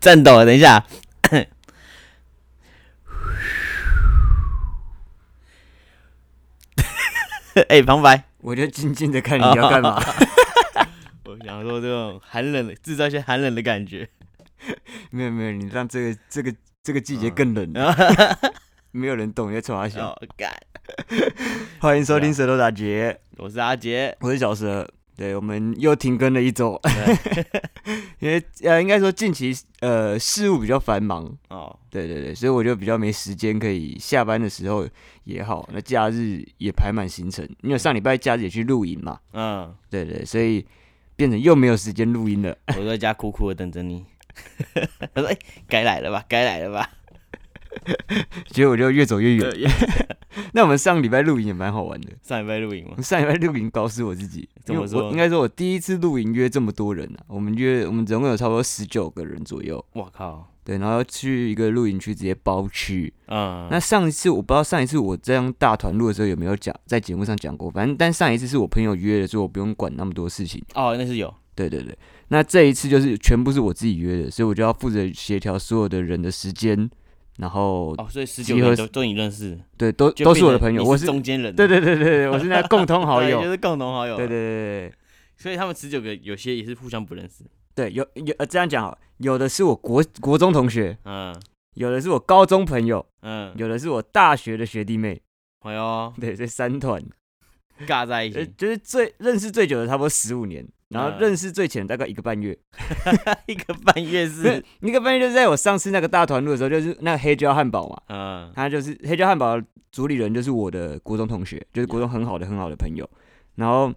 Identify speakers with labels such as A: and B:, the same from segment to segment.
A: 颤抖了，等一下。 哎、旁白，
B: 我就静静的 看你要干嘛。
A: 我想说这种寒冷的，制造一些寒冷的感 觉。
B: 没有没有，你让这个这个这个季节
A: 嗯
B: 更冷，没有人懂你在冲他笑。
A: 哦，啊干，
B: 欢迎收听《舌头打结》，
A: 我是阿杰。
B: 我是小蛇。对，我们又停更了一周，
A: 对
B: 因为呃，应该说近期呃事务比较繁忙，
A: 哦，
B: 对对对，所以我就比较没时间可以下班的时候也好，那假日也排满行程，因为上礼拜假日也去露营嘛，
A: 嗯，
B: 对对，所以变成又没有时间录音了。
A: 我在家苦苦的等着你。他 说：“哎、该来了吧，该来了吧。
B: 结果我就越走越远。
A: 对
B: 那我们上礼拜露营也蛮好玩的，”
A: 上礼拜露营嘛
B: 我，上礼拜露营搞死我自己。
A: 怎么
B: 因为我
A: 说
B: 应该说我第一次露营约这么多人啊，我们约我们总共有差不多十九个人左右。
A: 我靠，
B: 对，然后去一个露营区直接包区。
A: 嗯，
B: 那上一次我不知道上一次我这样大团录的时候有没有讲在节目上讲过，反正但上一次是我朋友约的，所以我不用管那么多事情。
A: 哦，那是有，
B: 对对对，那这一次就是全部是我自己约的，所以我就要负责协调所有的人的时间，然后、
A: 哦，所以十九
B: 集合
A: 人都都你认识，
B: 对都
A: 就
B: 都是我的
A: 变成
B: 朋友，
A: 你
B: 我
A: 是
B: 是
A: 中间人，
B: 对对对对对，我是那共同好友
A: 对，就是共同好友，啊
B: 对对对对对
A: 所以他们十九个有些也是互相不认识，
B: 对，有有呃这样讲好，有的是我国国中同学，
A: 嗯
B: 有的是我高中朋友，
A: 嗯，
B: 有的是我大学的学弟妹，
A: 哎呦，
B: 对，这三团，
A: 尬在一
B: 呃
A: 起
B: 就是最认识最久的差不多十五年，然后
A: 嗯
B: 认识最浅的大概一个半月，
A: 一个半月
B: 对
A: 是，
B: 一个半月就是在我上次那个大团录的时候，就是那个黑椒汉堡嘛，
A: 嗯
B: 他就是黑椒汉堡的主理人，就是我的国中同学，就是
A: 嗯
B: 国中很好的很好的朋友。然后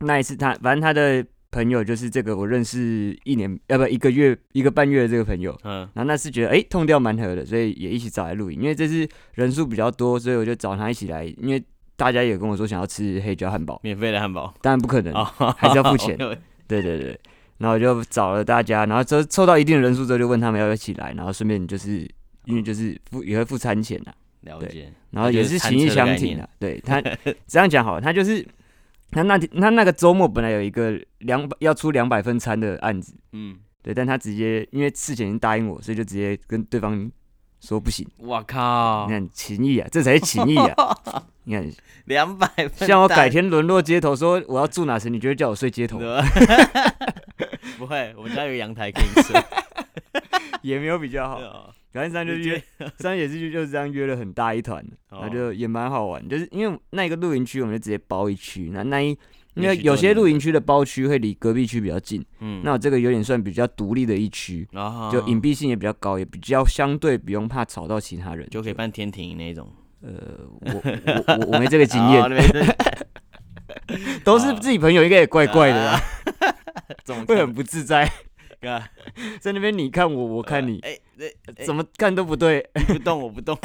B: 那一次他，反正他的朋友就是这个我认识一年，呃要不一个月一个半月的这个朋友。
A: 嗯
B: 然后那次觉得哎、诶痛掉蛮合的，所以也一起找来录影，因为这次人数比较多，所以我就找他一起来，因为大家也跟我说想要吃黑椒汉堡，
A: 免费的汉 堡
B: 当然不可能，
A: 啊，
B: 还是要付钱
A: 我以为
B: 对对对。然后我就找了大家，然后凑凑到一定的人数之后，就问他们要不要一起来，然后顺便就是因为就是付也会付餐钱啊，
A: 了解，
B: 然后也是情意相挺
A: 那
B: 啊。对他这样讲好了，他就是他那天他那个周末本来有一个两百要出两百份餐的案子，
A: 嗯，
B: 对，但他直接因为事前已经答应我，所以就直接跟对方说不行。
A: 我靠
B: 你，看情谊啊，这才是情谊啊！ 你看，
A: 两百分，
B: 像我改，天沦落街头，说我要住哪时，你就会叫我睡街 头，
A: 哦 不会，我们家有阳台可以睡，
B: 也没有比 较好。
A: 哦
B: 反正上就约， 上也是就是这样约了很大一团，然
A: 哦
B: 后就也蛮好玩，就是因为那一个露营区，我们就直接包一区，那那一。因为有些露营区的包区会离隔壁区比较近，
A: 嗯，哦
B: 那我这个有点算比较独立的一区，
A: 然后
B: 就隐蔽性也比较高，也比较相对不用怕吵到其他人。
A: 就可以办天庭那一种
B: 呃，我我我我没这个经 验，
A: 哦没事
B: 都是自己朋友，应该也怪怪的 啦，
A: 怎 么
B: 会
A: 可
B: 很不自在，
A: 能？
B: 在那边你看我，我看你，
A: 啊哎，那
B: 怎么看都不对，
A: 你不动我不动，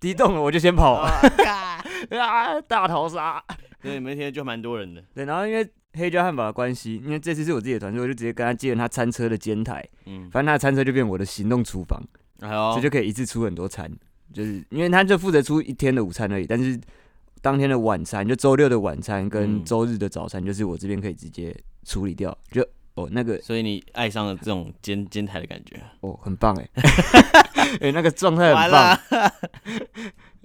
B: 敌动了我就先跑
A: 哇嘎
B: 啊，大逃杀。
A: 对，你们天就蛮多人的，
B: 对，然后因为黑椒汉堡的关系，因为这次是我自己的团队，我就直接跟他借了他餐车的煎台，
A: 嗯，哎
B: 反正他的餐车就变我的行动厨房。
A: 还有
B: 这就可以一次出很多餐，就是因为他就负责出一天的午餐而已，但是当天的晚餐，就周六的晚餐跟
A: 嗯
B: 周日的早餐，就是我这边可以直接处理掉，就哦那个
A: 所以你爱上了这种煎煎台的感 觉，
B: 哦很棒哎，哎那个状态很棒，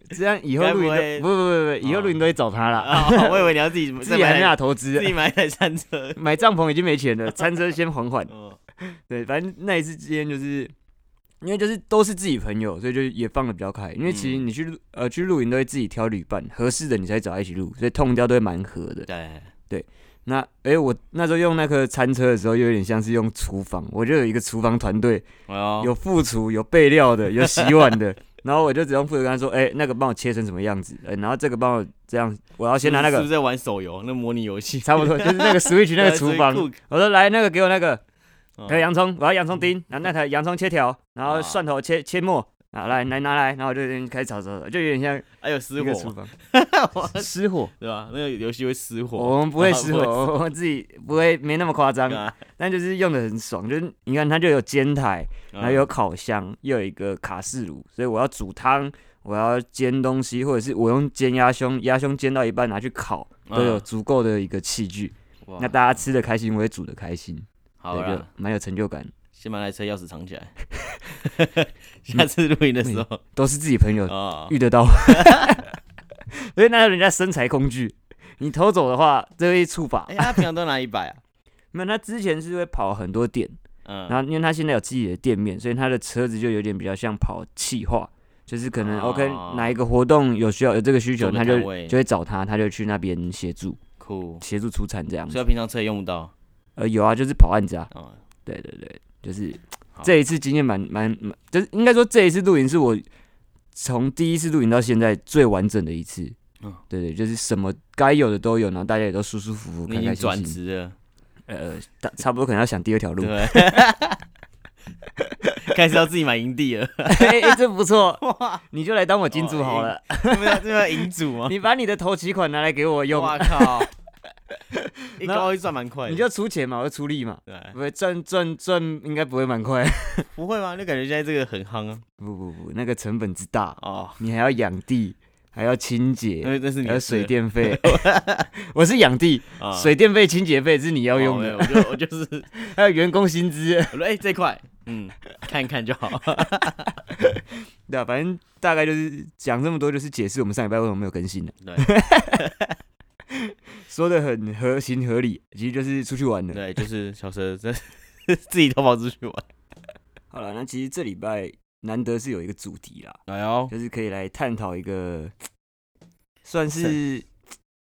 B: 这样以后
A: 该不
B: 录影
A: 会
B: 都不不不不，以后
A: 哦
B: 录影都会找他啦，
A: 啊！我以为你要自 己
B: 自
A: 再
B: 己还
A: 买
B: 没
A: 台
B: 法投资
A: 自，己买台餐车，
B: 买帐篷已经没钱了，餐车先缓缓。
A: 嗯
B: 对，反正那一次之间就是。因为就是都是自己朋友，所以就也放的比较开。因为其实
A: 嗯
B: 你去、露呃去露营都会自己挑旅伴，合适的你才找他一起录，所以痛掉都会蛮合的。
A: 对，
B: 那诶、我那时候用那个餐车的时候，有点像是用厨房，我就有一个厨房团队，
A: 哦，
B: 有副厨，有备料的，有洗碗的，然后我就只用负责跟他说，诶、那个帮我切成什么样子，诶、然后这个帮我这样，我要先拿那
A: 是不
B: 个，
A: 是在玩手游那模拟游 戏？
B: 差不多就是那个 Switch 那个厨房，我说来那个给我那个，
A: 哦嗯啊
B: 还有洋葱，我要洋葱丁，然后那台洋葱切条，然后蒜头切切末，啊，来来拿来，然后我就在那边开始炒炒炒，就有点像
A: 还有失
B: 一
A: 火
B: 个
A: 嘛
B: 厨，房 失火，
A: 对吧？那个游戏会失火，
B: 我们不会失火，
A: 啊
B: 我们自己不会没那么夸张
A: 不，啊
B: 但就是用的很爽，就是你看它就有煎台， 然后
A: 嗯
B: 有烤箱，又有一个卡式炉，所以我要煮汤，我要煎东西，或者是我用煎鸭胸，鸭胸煎到一半拿去烤，都有
A: 嗯
B: 足够的一个器具，
A: 哇
B: 那大家吃的开心，我也煮的开心，
A: 好
B: 对，就
A: 了，
B: 蛮有成就感。
A: 先把那台车钥匙藏起来。 下次录影的时候
B: 都是自己朋友
A: 哦，
B: 遇得到， 所以那是人家生财工具。你偷走的话，这会处罚
A: 哎、。他平常都拿一百啊，
B: 那他之前是会跑很多店， 然
A: 嗯，
B: 后因为他现在有自己的店面，所以他的车子就有点比较像跑企划，就是可能
A: 哦
B: OK 哪一个活动有需要有这个需求，
A: 做个
B: 他就
A: 摊位
B: 就会找他，他就去那边协助
A: 酷，
B: 协助出餐这样
A: 所以他
B: 子。
A: 平常车也用不到，
B: 呃，有啊，就是跑案子啊，
A: 哦，
B: 对对对，就是
A: 好
B: 这一次经验蛮蛮蛮，就是应该说这一次露营是我从第一次露营到现在最完整的一次。
A: 嗯
B: 对对，就是什么该有的都有，然后大家也都舒舒服服，
A: 你
B: 开
A: 已
B: 开
A: 经
B: 心
A: 转
B: 心。
A: 职了，
B: 呃，大差不多可能要想第二条 路。
A: 对，开始要自己买营地 了，
B: 哎、哎这不错， 你就来当我金主好 了。
A: 这不要这不要营主吗？
B: 你把你的头期款拿来给我用，
A: 哇靠！ 一
B: 然后
A: 高一赚蛮快的，
B: 你就出钱嘛，我就出力嘛，
A: 对，
B: 不会赚赚赚，应该不会蛮快。
A: 不会吗？就感觉现在这个很夯啊。
B: 不不不，那个成本之大，
A: 哦，
B: 你还要养地，还要清洁，
A: 那那是你的
B: 还有呃水
A: 事
B: 电 费。我是养地，
A: 啊，
B: 水电费、清洁费是你要
A: 哦
B: 用
A: 没
B: 的，
A: 有我就我就是
B: 还有员工薪资。
A: 我说哎这块， 嗯，看一看就好。
B: 对啊，反正大概就是讲这么多，就是解释我们上礼拜为什么没有更新了。
A: 对
B: 说的很合情合理，其实就是出去玩了。
A: 对，就是小蛇这自己偷跑出去玩。
B: 好了，那其实这礼拜难得是有一个主题啦，
A: 哎呦，
B: 就是可以来探讨一个，算是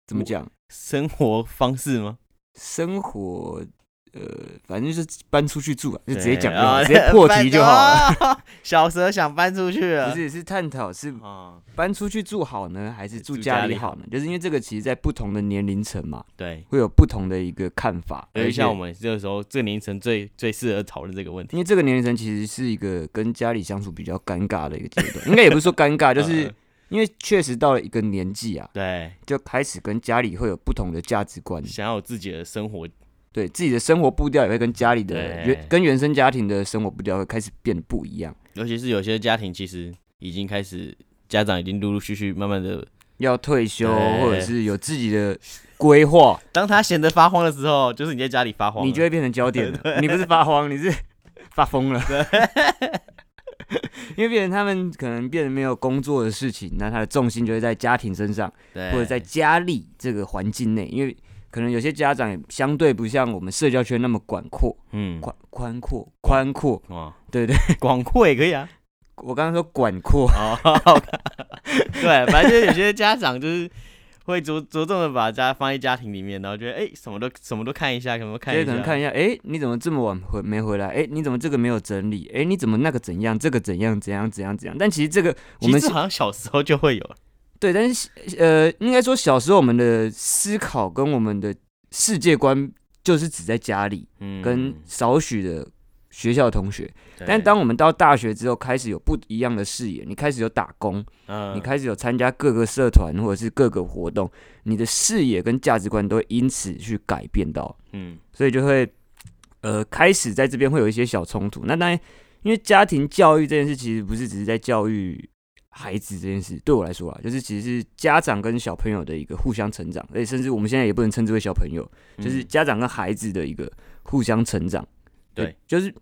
B: 怎么讲，
A: 生活方式吗？
B: 生活，呃，反正就是搬出去住啊，就直接讲就
A: 对
B: 好，
A: 啊
B: 直接破题就好 了。
A: 了。 小蛇想搬出去了
B: 不，是，是探讨是
A: 啊，
B: 搬出去住好呢，还是住
A: 住
B: 家
A: 家
B: 里
A: 里
B: 好呢？就是因为这个，其实在不同的年龄层嘛，
A: 对，
B: 会有不同的一个看法。
A: 所以
B: 而且
A: 像我，们这个时候这个年龄层最最适合讨论这个问题。
B: 因为这个年龄层其实是一个跟家里相处比较尴尬的一个阶段，应 该也不是说尴尬，就是
A: 呃
B: 因为确实到了一个年纪啊，
A: 对，
B: 就开始跟家里会有不同的价值观，
A: 想要有自己的生活，
B: 对自己的生活步调也会跟家里的
A: 对
B: 原跟原生家庭的生活步调会开始变得不一样，
A: 尤其是有些家庭其实已经开始，家长已经陆陆续续慢慢的，
B: 要退休
A: 对
B: 或者是有自己的规划，
A: 当他闲得发慌的时候，就是你在家里发慌了，
B: 你就会变成焦点 了。你不是发慌，你是发疯了。 因为变成他们可能变得没有工作的事情，那他的重心就会在家庭身上，
A: 对
B: 或者在家里这个环境内。因为可能有些家长也相对不像我们社交圈那么广阔、
A: 嗯
B: 宽宽阔、宽阔。
A: 哇，
B: 对对，
A: 广阔也可以 啊，
B: 我刚刚说广阔，
A: 哦， 对，反正就是有些家长就是会着着重的把家放在家庭里面，然后觉得哎、什么都什么都看一下，什么都看
B: 所以
A: 一
B: 可
A: 下，
B: 能看一下，哎、你怎么这么晚回没回来？哎、你怎么这个没有整理？哎、你怎么那个怎样？这个怎样？怎样？怎样？怎样？但其实这个我
A: 其
B: 们
A: 实好像小时候就会有了，
B: 对，但是呃，应该说小时候我们的思考跟我们的世界观就是只在家里
A: 嗯
B: 跟少许的学校同学，
A: 对
B: 但当我们到大学之后，开始有不一样的视野，你开始有打工，
A: 嗯
B: 你开始有参加各个社团或者是各个活动，你的视野跟价值观都会因此去改变到，
A: 嗯
B: 所以就会呃开始在这边会有一些小冲突。那当然，因为家庭教育这件事其实不是只是在教育孩子这件事，对我来说啊，就是其实是家长跟小朋友的一个互相成长，而且甚至我们现在也不能称之为小朋友，就是
A: 嗯
B: 家长跟孩子的一个互相成长。
A: 对，
B: 就是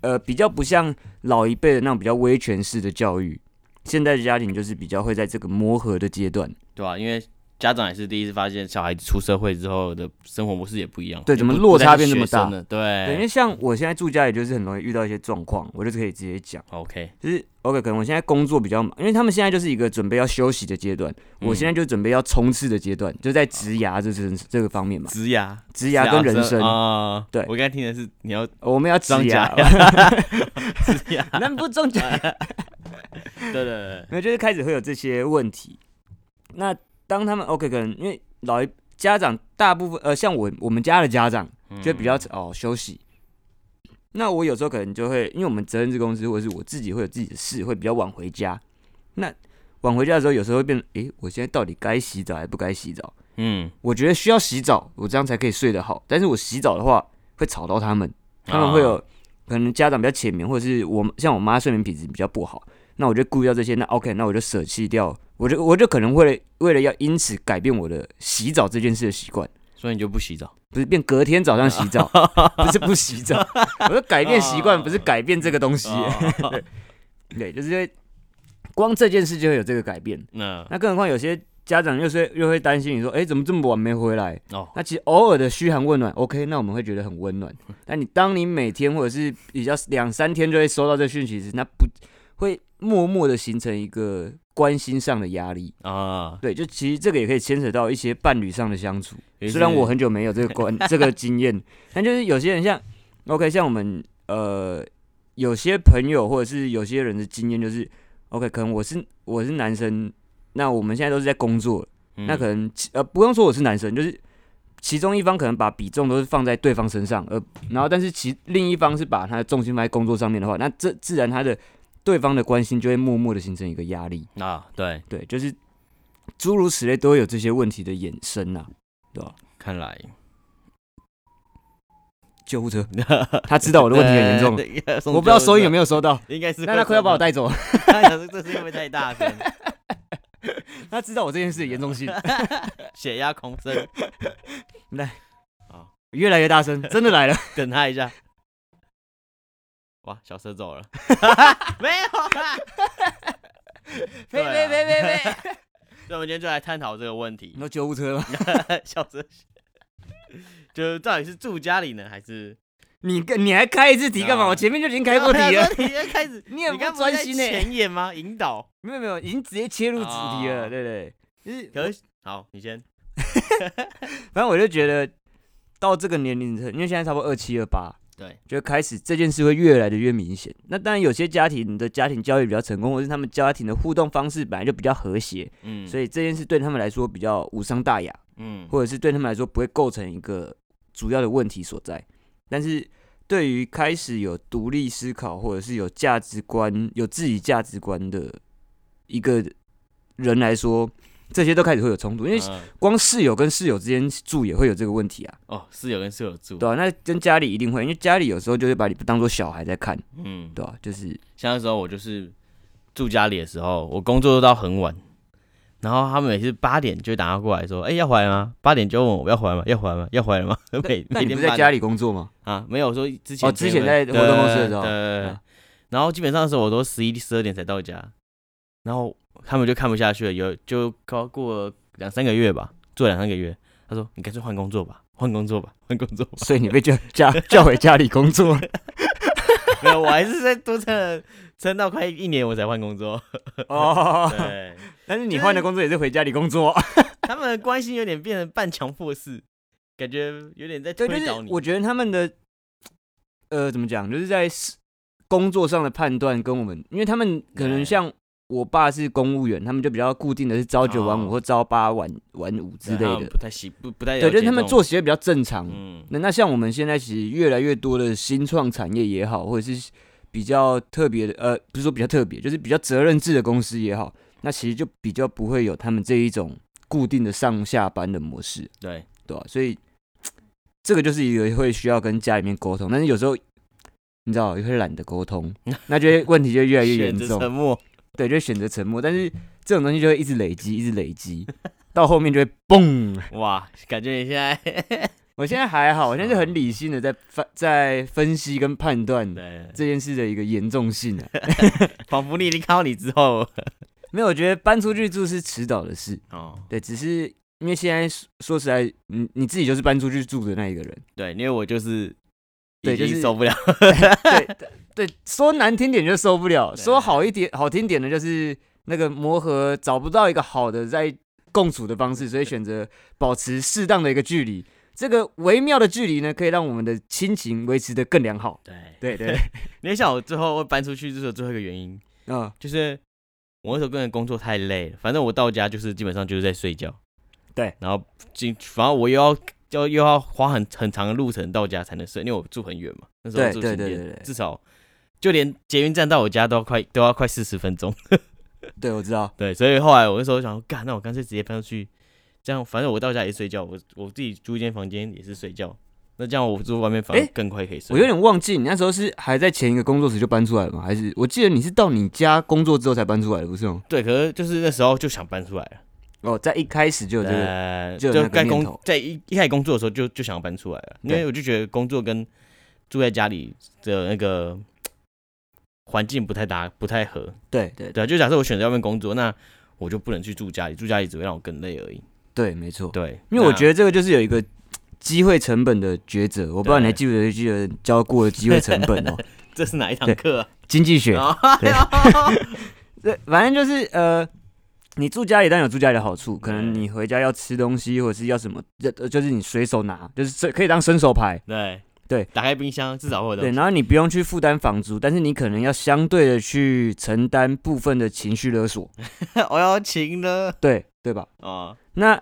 B: 呃比较不像老一辈的那种比较威权式的教育。现在的家庭就是比较会在这个磨合的阶段，
A: 对吧、因为。家长也是第一次发现，小孩子出社会之后的生活模式也不一样。
B: 对
A: 也
B: 怎么
A: 不
B: 落差
A: 不再是
B: 变这么
A: 学生
B: 大
A: 了对，
B: 对，因为像我现在住家，也就是很容易遇到一些状况，我就是可以直接讲。
A: OK，
B: 就是 OK，可能我现在工作比较忙，因为他们现在就是一个准备要休息的阶段，
A: 嗯
B: 我现在就准备要冲刺的阶段，就在职涯这这这个方面嘛，
A: 植牙、
B: 职涯跟人生，
A: 啊，
B: 对
A: 我刚才听的是你要
B: 我们要职
A: 装假
B: 涯，，
A: 植牙，
B: 那不中奖，
A: 对对对，
B: 没有，就是开始会有这些问题。那当他们 OK，可能因为老一家长大部分呃，像我我们家的家长
A: 嗯
B: 就比较哦休息。那我有时候可能就会，因为我们责任制公司或者是我自己会有自己的事，会比较晚回家。那晚回家的时候，有时候会变成，诶、我现在到底该洗澡还不该洗澡？
A: 嗯，
B: 我觉得需要洗澡，我这样才可以睡得好。但是我洗澡的话，会吵到他们，他们会有、可能家长比较浅眠，或者是我像我妈睡眠品质比较不好，那我就顾虑到这些，那 OK，那我就舍弃掉，我就我就可能为了为了要因此改变我的洗澡这件事的习惯。
A: 所以你就不洗澡，
B: 不是变隔天早上洗澡，不是不洗澡，我说改变习惯，不是改变这个东西，
A: 哦
B: 对，就是因为光这件事就会有这个改变。
A: 那
B: 那更何况有些家长又是又会担心你说，哎、怎么这么晚没回来？
A: 哦，
B: 那其实偶尔的嘘寒问暖，OK，那我们会觉得很温暖。但你当你每天或者是比较两三天就会收到这讯息时，那不会默默的形成一个关心上的压力。
A: 啊，
B: 对，就其实这个也可以牵扯到一些伴侣上的相处。
A: 也
B: 虽然
A: 是
B: 我很久没有这个 关这个经验，但就是有些人像 OK，像我们呃有些朋友或者是有些人的经验就是 OK，可能我是我是男生，那我们现在都是在工作，
A: 嗯
B: 那可能其呃不用说我是男生，就是其中一方可能把比重都是放在对方身上，
A: 嗯
B: 呃，然后但是其另一方是把他的重心放在工作上面的话，那这自然他的对方的关心就会默默的形成一个压力，
A: 啊，对，
B: 对，就是诸如此类都会有这些问题的衍生啊。
A: 看来
B: 救护车，他知道我的问题很 严重，
A: 重
B: 我不知道收音有
A: 没
B: 没有收到，
A: 有，应该是
B: 但他快要把我带走了，
A: 带，想说哎这是因为太大声，
B: 他知道我这件事的严重性，
A: 血压狂升，
B: 越来越大声，真的来了，
A: 等他一下。哇，小蛇 走了，没有啦。
B: 呸呸呸呸呸，
A: 所以我们今天就来探讨这个问题
B: 你。说救护车吗？
A: 小蛇，就是到底是住家里呢，还是
B: 你跟你还开一次题干嘛？
A: 啊
B: 我前面就已经开过题了，
A: 你先开 始，
B: 你很
A: 你
B: 不
A: 刚不
B: 专
A: 是在
B: 心呢。欸
A: 前言吗？引导。
B: 没有没有，已经直接切入主题了，
A: 哦
B: 对对对，就是
A: 可是好，你先。
B: 反正我就觉得到这个年龄层，因为现在差不多二七二八，
A: 对，
B: 就开始这件事会越来的越明显。那当然有些家庭的家庭教育比较成功，或是他们家庭的互动方式本来就比较和谐，
A: 嗯，
B: 所
A: 以
B: 以这件事对他们来说比较无伤大雅，
A: 嗯，
B: 或者是对他们来说不会构成一个主要的问题所在。但是对于开始有独立思考，或者是有价值观、有自己价值观的一个人来说，这些都开始会有冲突，因为
A: 嗯
B: 光室友跟室友之间住也会有这个问题啊，
A: 哦，室友跟室友住，
B: 对啊，那跟家里一定会，因为家里有时候就会把你当做小孩在看，
A: 嗯，
B: 对啊，就是
A: 像那时候我就是住家里的时候，我工作到很晚，然后他们每次八点就打电话过来说，哎、要回来吗？八点就问我要回来吗？要回来吗？要回来吗？ 每
B: 那
A: 每
B: 你
A: 天
B: 不是在
A: 8
B: 家
A: 点
B: 里工作吗？
A: 啊？没有，我说之前
B: 哦之前在活动公司的时候
A: 对对对对
B: 嗯
A: 然后基本上是我都十一十二点才到家，然后他们就看不下去了，有就高过了两三个月吧，做两三个月，他说你干脆换工作吧，换工作吧， 换工 作吧。
B: 所以你被叫叫叫回家里工作，
A: 没有，我还是在多撑了撑到快一年我才换工作。
B: 哦，
A: 对，
B: 但是你换的工作也是回家里工作，
A: 他们的关系有点变成半强迫式，感觉有点在推
B: 对，就是
A: 倒你。
B: 我觉得他们的呃怎么讲，就是在是工作上的判断跟我们，因为他们可能
A: 对
B: 像我爸是公务员，他们就比较固定的是朝九晚
A: 哦
B: 五或朝八晚晚五之
A: 对
B: 类
A: 他们
B: 的，
A: 不太喜不不太
B: 对，
A: 了
B: 就
A: 解
B: 是他们
A: 这种
B: 作息会比较正常。
A: 嗯
B: 那那像我们现在其实越来越多的新创产业也好，或者是比较特别的，呃，不是说比较特别，就是比较责任制的公司也好，那其实就比较不会有他们这一种固定的上下班的模式，
A: 对
B: 对啊吧、所以这个就是一个会需要跟家里面沟通，但是有时候你知道也会懒得 沟通，那就会问题就越来越严
A: 选择
B: 重，
A: 沉默
B: 对，就会选择沉默。但是这种东西就会一直累积，一直累积，到后面就会嘣。
A: 哇，感觉你现在
B: 我现在还好，我现在是很理性的在分在分析跟判断
A: 对，
B: 这件事的一个严重性啊。
A: 仿佛你已经看到你之后
B: 没有，我觉得搬出去住是迟早的事，
A: 哦，
B: 对，只是因为现在说说实在，你你自己就是搬出去住的那一个人，
A: 对，因为我就是
B: 对
A: 已
B: 就
A: 经
B: 是
A: 受不了，
B: 对，说难听点就受不了，
A: 对
B: 说好一点好听点的就是那个磨合找不到一个好的在共处的方式，所以选择保持适当的一个距离。这个微妙的距离呢，可以让我们的亲情维持的更良好。
A: 对，
B: 对对，
A: 你也想我最后会搬出去，就是最后一个原因，
B: 嗯，
A: 就是我那时候跟人工作太累了，反正我到家就是基本上就是在睡觉。
B: 对，
A: 然后进，反正我又要要又要花很很长的路程到家才能睡，因为我住很远嘛，那时候
B: 对
A: 住
B: 对
A: 新
B: 对
A: 店
B: 对对
A: 至少就连捷运站到我家都要快都要快四十分钟。
B: 对，我知道。
A: 对，所以后来我那时候想说，干，那我干脆直接搬出去，这样反正我到家也睡觉，我我自己租一间房间也是睡觉，那这样我住外面反而
B: 诶
A: 更快可以睡。
B: 我有点忘记你那时候是还在前一个工作室就搬出来了吗？还是我记得你是到你家工作之后才搬出来的，不是吗？
A: 对，可是就是那时候就想搬出来了，
B: 哦，在一开始就有这个，
A: 呃，
B: 就有那
A: 就
B: 个
A: 在
B: 念
A: 工
B: 头
A: 在一一开始工作的时候就就想要搬出来了，因为
B: 对
A: 我就觉得工作跟住在家里的那个环境不太搭，不太合。
B: 对对
A: 对啊，就假设我选择要份工作，那我就不能去住家里，住家里只会让我更累而已。
B: 对，没错。
A: 对，
B: 因为我觉
A: 得
B: 得这个就是有一个机会成本的抉择，我不知道你还记不记得教过机会成本哦，
A: 这是哪一堂
B: 对
A: 课啊？
B: 经济学。对
A: 哎呦
B: 对，反正就是呃，你住家里当然有住家里的好处，可能
A: 对
B: 你回家要吃东西或者是要什么，这呃就是你随手拿，就是这可以当伸手牌。
A: 对
B: 对，
A: 打开冰箱至少会有东
B: 对，
A: 西。
B: 然后你不用去负担房租，但是你可能要相对的去承担部分的情绪勒索，
A: 我要请了
B: 对对吧？
A: 哦，
B: 那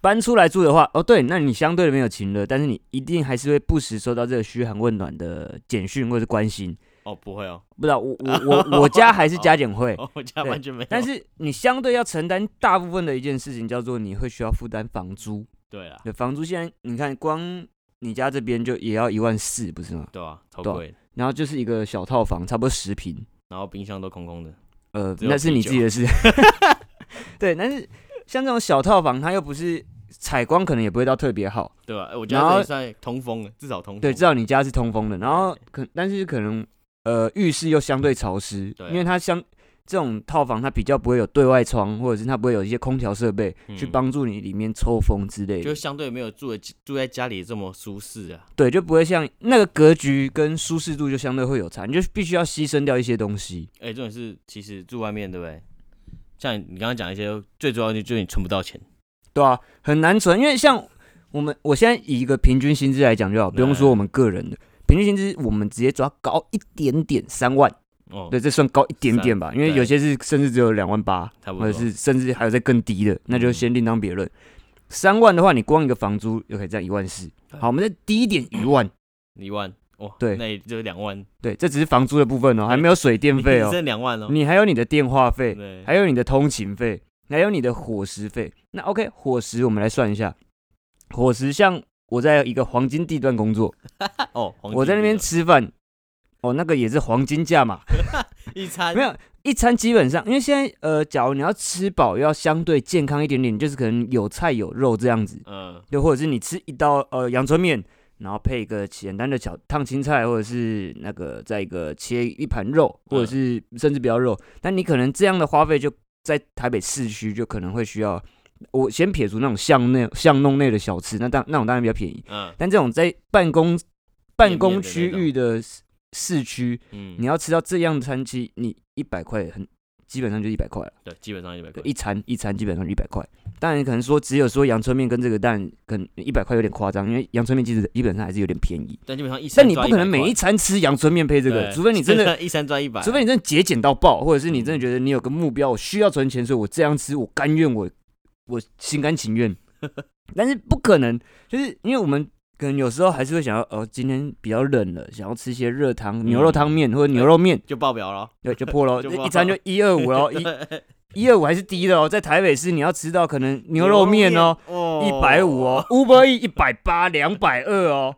B: 搬出来住的话，哦对，那你相对的没有情勒，但是你一定还是会不时收到这个嘘寒问暖的简讯或者关心。
A: 哦，不会哦，
B: 不知道我我我我家还是加减会，
A: 哦我家
B: 对
A: 完全没有。
B: 但是你相对要承担大部分的一件事情，叫做你会需要负担房租。
A: 对啦，
B: 对，房租现在你看，光你家这边就也要一万四，不是吗？
A: 对啊，超
B: 对啊
A: 贵的，
B: 然后就是一个小套房，差不多十平，
A: 然后冰箱都空空的。
B: 呃，
A: 只有
B: 那是
A: 啤
B: 你自
A: 酒
B: 己的事。 对，但是像这种小套房，它又不是采光，可能也不会到特别好。
A: 对吧、哎我
B: 然
A: 家这
B: 后
A: 里算通风了，至少通风。
B: 对，至少你家是通风的，然后可但是可能呃浴室又相对潮湿，
A: 对
B: 因为它相这种套房它比较不会有对外窗，或者是它不会有一些空调设备、去
A: 嗯
B: 帮助你里面抽风之类
A: 就
B: 的，
A: 相对没有住的住在家里这么舒适啊。
B: 对，就不会像那个格局跟舒适度就相对会有差，你就必须要牺牲掉一些东西。
A: 哎、重点是其实住外面，对不对？像你你刚刚讲一些，最主要的就是你存不到钱。
B: 对啊，很难存，因为像我们我现在以一个平均薪资来讲就好，不用说我们个人的平均薪资，我们直接抓高一点点三万，
A: 哦，
B: 对，这算高一点点吧，因为
A: 对
B: 有些是甚至只有两万八，
A: 差不
B: 或
A: 多
B: 者是甚至还有再更低的，那就
A: 嗯
B: 先另当别论。三万的话，你光一个房租就可以占一万四。
A: 对
B: 好，我们再低一点一 万，
A: 一万，哇，
B: 对
A: 那也就两 万，
B: 对，这只是房租的部分哦，还没有水电费
A: 你
B: 哦，
A: 剩两万哦。
B: 你还有你的电话费，
A: 对，
B: 还有你的通勤费，还有你的伙食费。那 OK，伙食我们来算一下，伙食像我在一个黄金地段工作，
A: 哦，黄
B: 我
A: 金
B: 在那边
A: 地
B: 吃饭，哦，那个也是黄金 价嘛，
A: 段一餐
B: 没有一餐基本上，因为现在呃，假如你要吃饱，又要相对健康一点点，就是可能有菜有肉这样子，
A: 嗯，
B: 又或者是你吃一道呃阳春面，然后配一个简单的小烫青菜，或者是那个再一个切一盘肉，或者
A: 嗯
B: 是甚至不要肉，但你可能这样的花费就在台北市区就可能会需要。我先撇除那种巷内巷弄内的小吃，那当那种当然比较便宜，
A: 嗯
B: 但这种在办公办
A: 面
B: 公
A: 的那
B: 区
A: 种
B: 域的市市区，
A: 嗯，
B: 你要吃到这样的餐期，你一百块很基本上就一百块了，
A: 对，基本上一百
B: 对
A: 块，
B: 一餐一餐基本上就一百块。当然可能说只有说阳春面跟这个，但可能一百块有点夸张，因为阳春面其实基本上还是有点便宜。
A: 但基本上一餐
B: 但你
A: 抓
B: 不可能
A: 100
B: 每一
A: 块
B: 餐吃阳春面配这个，
A: 对
B: 除非你真的，
A: 基本上 一餐抓一百，
B: 除非你真的节俭到爆，或者是你真的
A: 嗯
B: 觉得你有个目标，我需要存钱，所以我这样吃，我甘愿，我我心甘情 愿。但是不可能，就是因为我们可能有时候还是会想要，哦，今天比较冷了，想要吃一些热汤、牛肉
A: 嗯
B: 汤面或者牛肉面。
A: 就爆表了。
B: 对，就破 喽，
A: 就
B: 就
A: 破
B: 一餐就一二 五喽，一
A: 对
B: 一二五还是低的哦，在台北市你要吃到可能牛肉面哦，，一
A: 一
B: 百五 哦，，Uber E 一百八，两百二哦，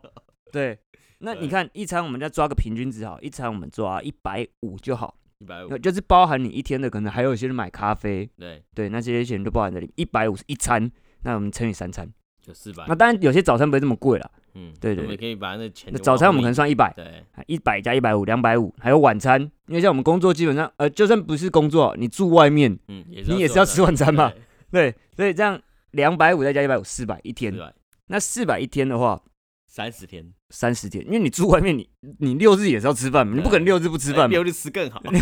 B: 对。那
A: 对
B: 你看一餐，我们再抓个平均值好，一餐我们抓一百五就好，
A: 一百五，
B: 就是包含你一天的，可能还有一些人买咖啡，
A: 对，
B: 对，那这些钱都包含在里面，一百五是一餐，那我们乘以三餐，
A: 就四百
B: 那。当然有些早餐不会这么贵了，
A: 嗯，
B: 对对
A: 我们可以把那钱
B: 那
A: 就
B: 早
A: 往
B: 餐我
A: 后
B: 们可能
A: 面
B: 算一百，
A: 对
B: 一百加一百五，两百五，还有晚餐，因为像我们工作基本上，呃，就算不是工作，你住外面，
A: 嗯，也
B: 你也是要吃晚餐嘛
A: 对？
B: 对，啊所以这样两百五再加一百五，四百一天
A: 对。吧？
B: 那四百一天的话，
A: 三十天
B: 三十天，因为你住外面，你你六日也是要吃饭嘛，你不可啊哎能六日不吃饭嘛。
A: 六日吃更 好。没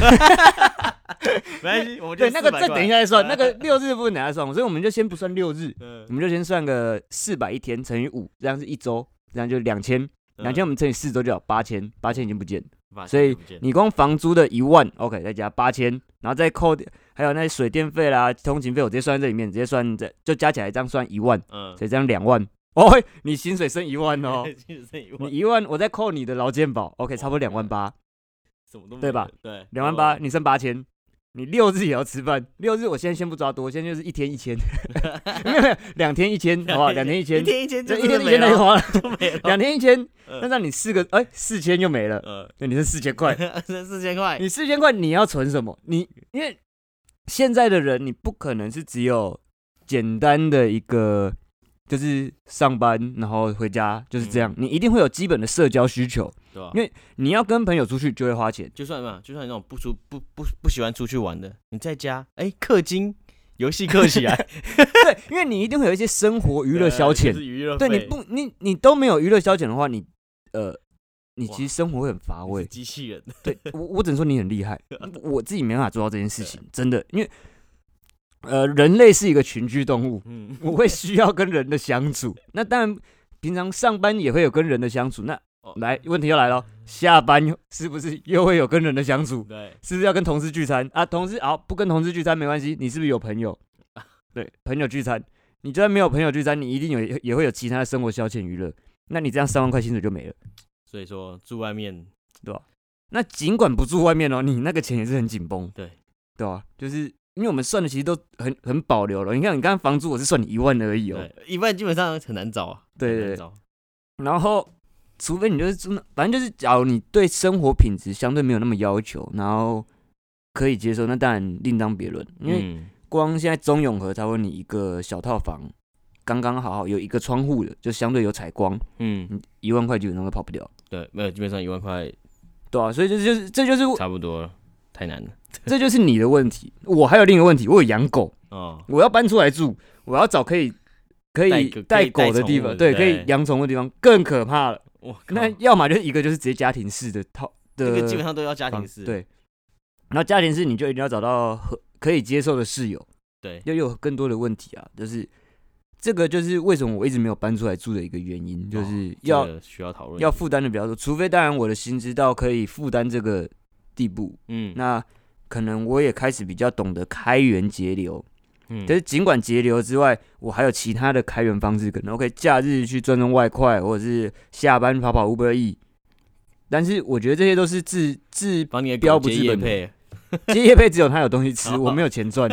A: 关系，我们就
B: 对，那个
A: 400
B: 再等一下再 算，那个
A: 块
B: 六日不能拿来算，所以我们就先不算六日，
A: 嗯
B: 我们就先算个四百一天乘以五，这样是一周，这样就两千，两千我们乘以四周就有八千，八千已经不见了。
A: 把
B: 所以
A: 钱不见
B: 你光房租的一万，OK，再加八千，然后再扣掉还有那些水电费啦、通勤费，我直接算在这里面，直接算这就加起来这样算一万，
A: 嗯，
B: 所以这样两万。 哦，嘿你薪水剩一万 哦，
A: 其实剩一万
B: 你一万，我再扣你的劳健保，OK，差不多
A: 哦
B: 两万八，
A: 什么都没
B: 对吧
A: 了？对，哦
B: 两万八，你剩八千。你六日也要吃饭，六日我现在先不抓多，现在就是一天一千， 没有没有，两天 一千，好不好？两天一
A: 一
B: 千，
A: 天一千就
B: 这一
A: 真的
B: 天一
A: 没
B: 千 太
A: 了，
B: 花了，
A: 就没了。
B: 两天一千，
A: 嗯
B: 那让你四个，哎，四千就没了，
A: 呃，
B: 那你剩四千块，
A: 这嗯四千块，
B: 你四
A: 嗯
B: 千块你要存什么？你因为现在的人，你不可能是只有简单的一个就是上班，然后回家就是这
A: 嗯
B: 样，你一定会有基本的社交需求。
A: 对吧、
B: 因为你要跟朋友出去就会花钱，
A: 就算嘛，就算你那种不出不不不喜欢出去玩的，你在家哎氪金游戏氪起 来，
B: 对，因为你一定会有一些生活娱乐消遣
A: 哎就。是娱乐
B: 对，
A: 费
B: 你不你你都没有娱乐消遣的话，你呃，你
A: 哇
B: 其实生活会很乏
A: 你是
B: 味。
A: 机器人，
B: 对我，我只能说你很厉 害，我自己没办法做到这件事情，真的，因为呃，人类是一个群居动物，
A: 嗯，
B: 我会需要跟人的相处。那当然，平常上班也会有跟人的相处。那
A: 哦
B: 来，问题又来了，下班是不是又会有跟人的相处？
A: 对，
B: 是不是要跟同事聚餐啊？同事好，不跟同事聚餐没关系，你是不是有朋友？ 对，朋友聚餐，你就算没有朋友聚餐，你一定有也会有其他的生活消遣娱乐。那你这样三万块薪水就没了，
A: 所以说住外面
B: 对吧？那尽管不住外面哦，你那个钱也是很紧绷，
A: 对
B: 对吧、就是因为我们算的其实都很很保留了。你看，你刚刚房租我是算你一万而已哦，
A: 对一般基本上很难找啊，
B: 对对
A: 很
B: 对
A: 难找
B: 然后，除非你就是真的，反正就是，假如你对生活品质相对没有那么要求，然后可以接受，那当然另当别论。因为
A: 嗯
B: 光现在中永和才会你一个小套房，刚刚好好有一个窗户的，就相对有采光，
A: 嗯
B: 一万块基本上都跑不掉，
A: 对，没有基本上一万块
B: 对啊，所以这就是这就是
A: 差不多了，太难了
B: 这就是你的问题。我还有另一个问题，我有养狗，
A: 哦，
B: 我要搬出来住，我要找可以可
A: 带
B: 以
A: 狗可
B: 带
A: 以带
B: 狗的
A: 宠
B: 地
A: 物
B: 方，
A: 的
B: 对，可以
A: 对
B: 养宠物的地方更可怕了。
A: 我靠
B: 那要么就是一个就是直接家庭式的套
A: 这
B: 的，
A: 个基本上都要家
B: 房
A: 庭式，
B: 对，然后家庭式你就一定要找到和可以接受的室友，
A: 对
B: 又有更多的问题啊，就是这个就是为什么我一直没有搬出来住的一个原因，就
A: 哦
B: 是
A: 这
B: 要、
A: 个需要讨论，
B: 要负担的比较多，除非当然我的薪资到可以负担这个地步，
A: 嗯
B: 那可能我也开始比较懂得开源节流，
A: 嗯
B: 但是尽管节流之外，我还有其他的开源方式，可能 OK 假日去赚赚外快，或者是下班跑跑 Uber E。但是我觉得这些都是自自
A: 帮你的
B: 标
A: 狗
B: 不
A: 接
B: 治
A: 业
B: 本
A: 配，
B: 其实叶配只有他有东 西吃，
A: 哦
B: 我没有钱赚，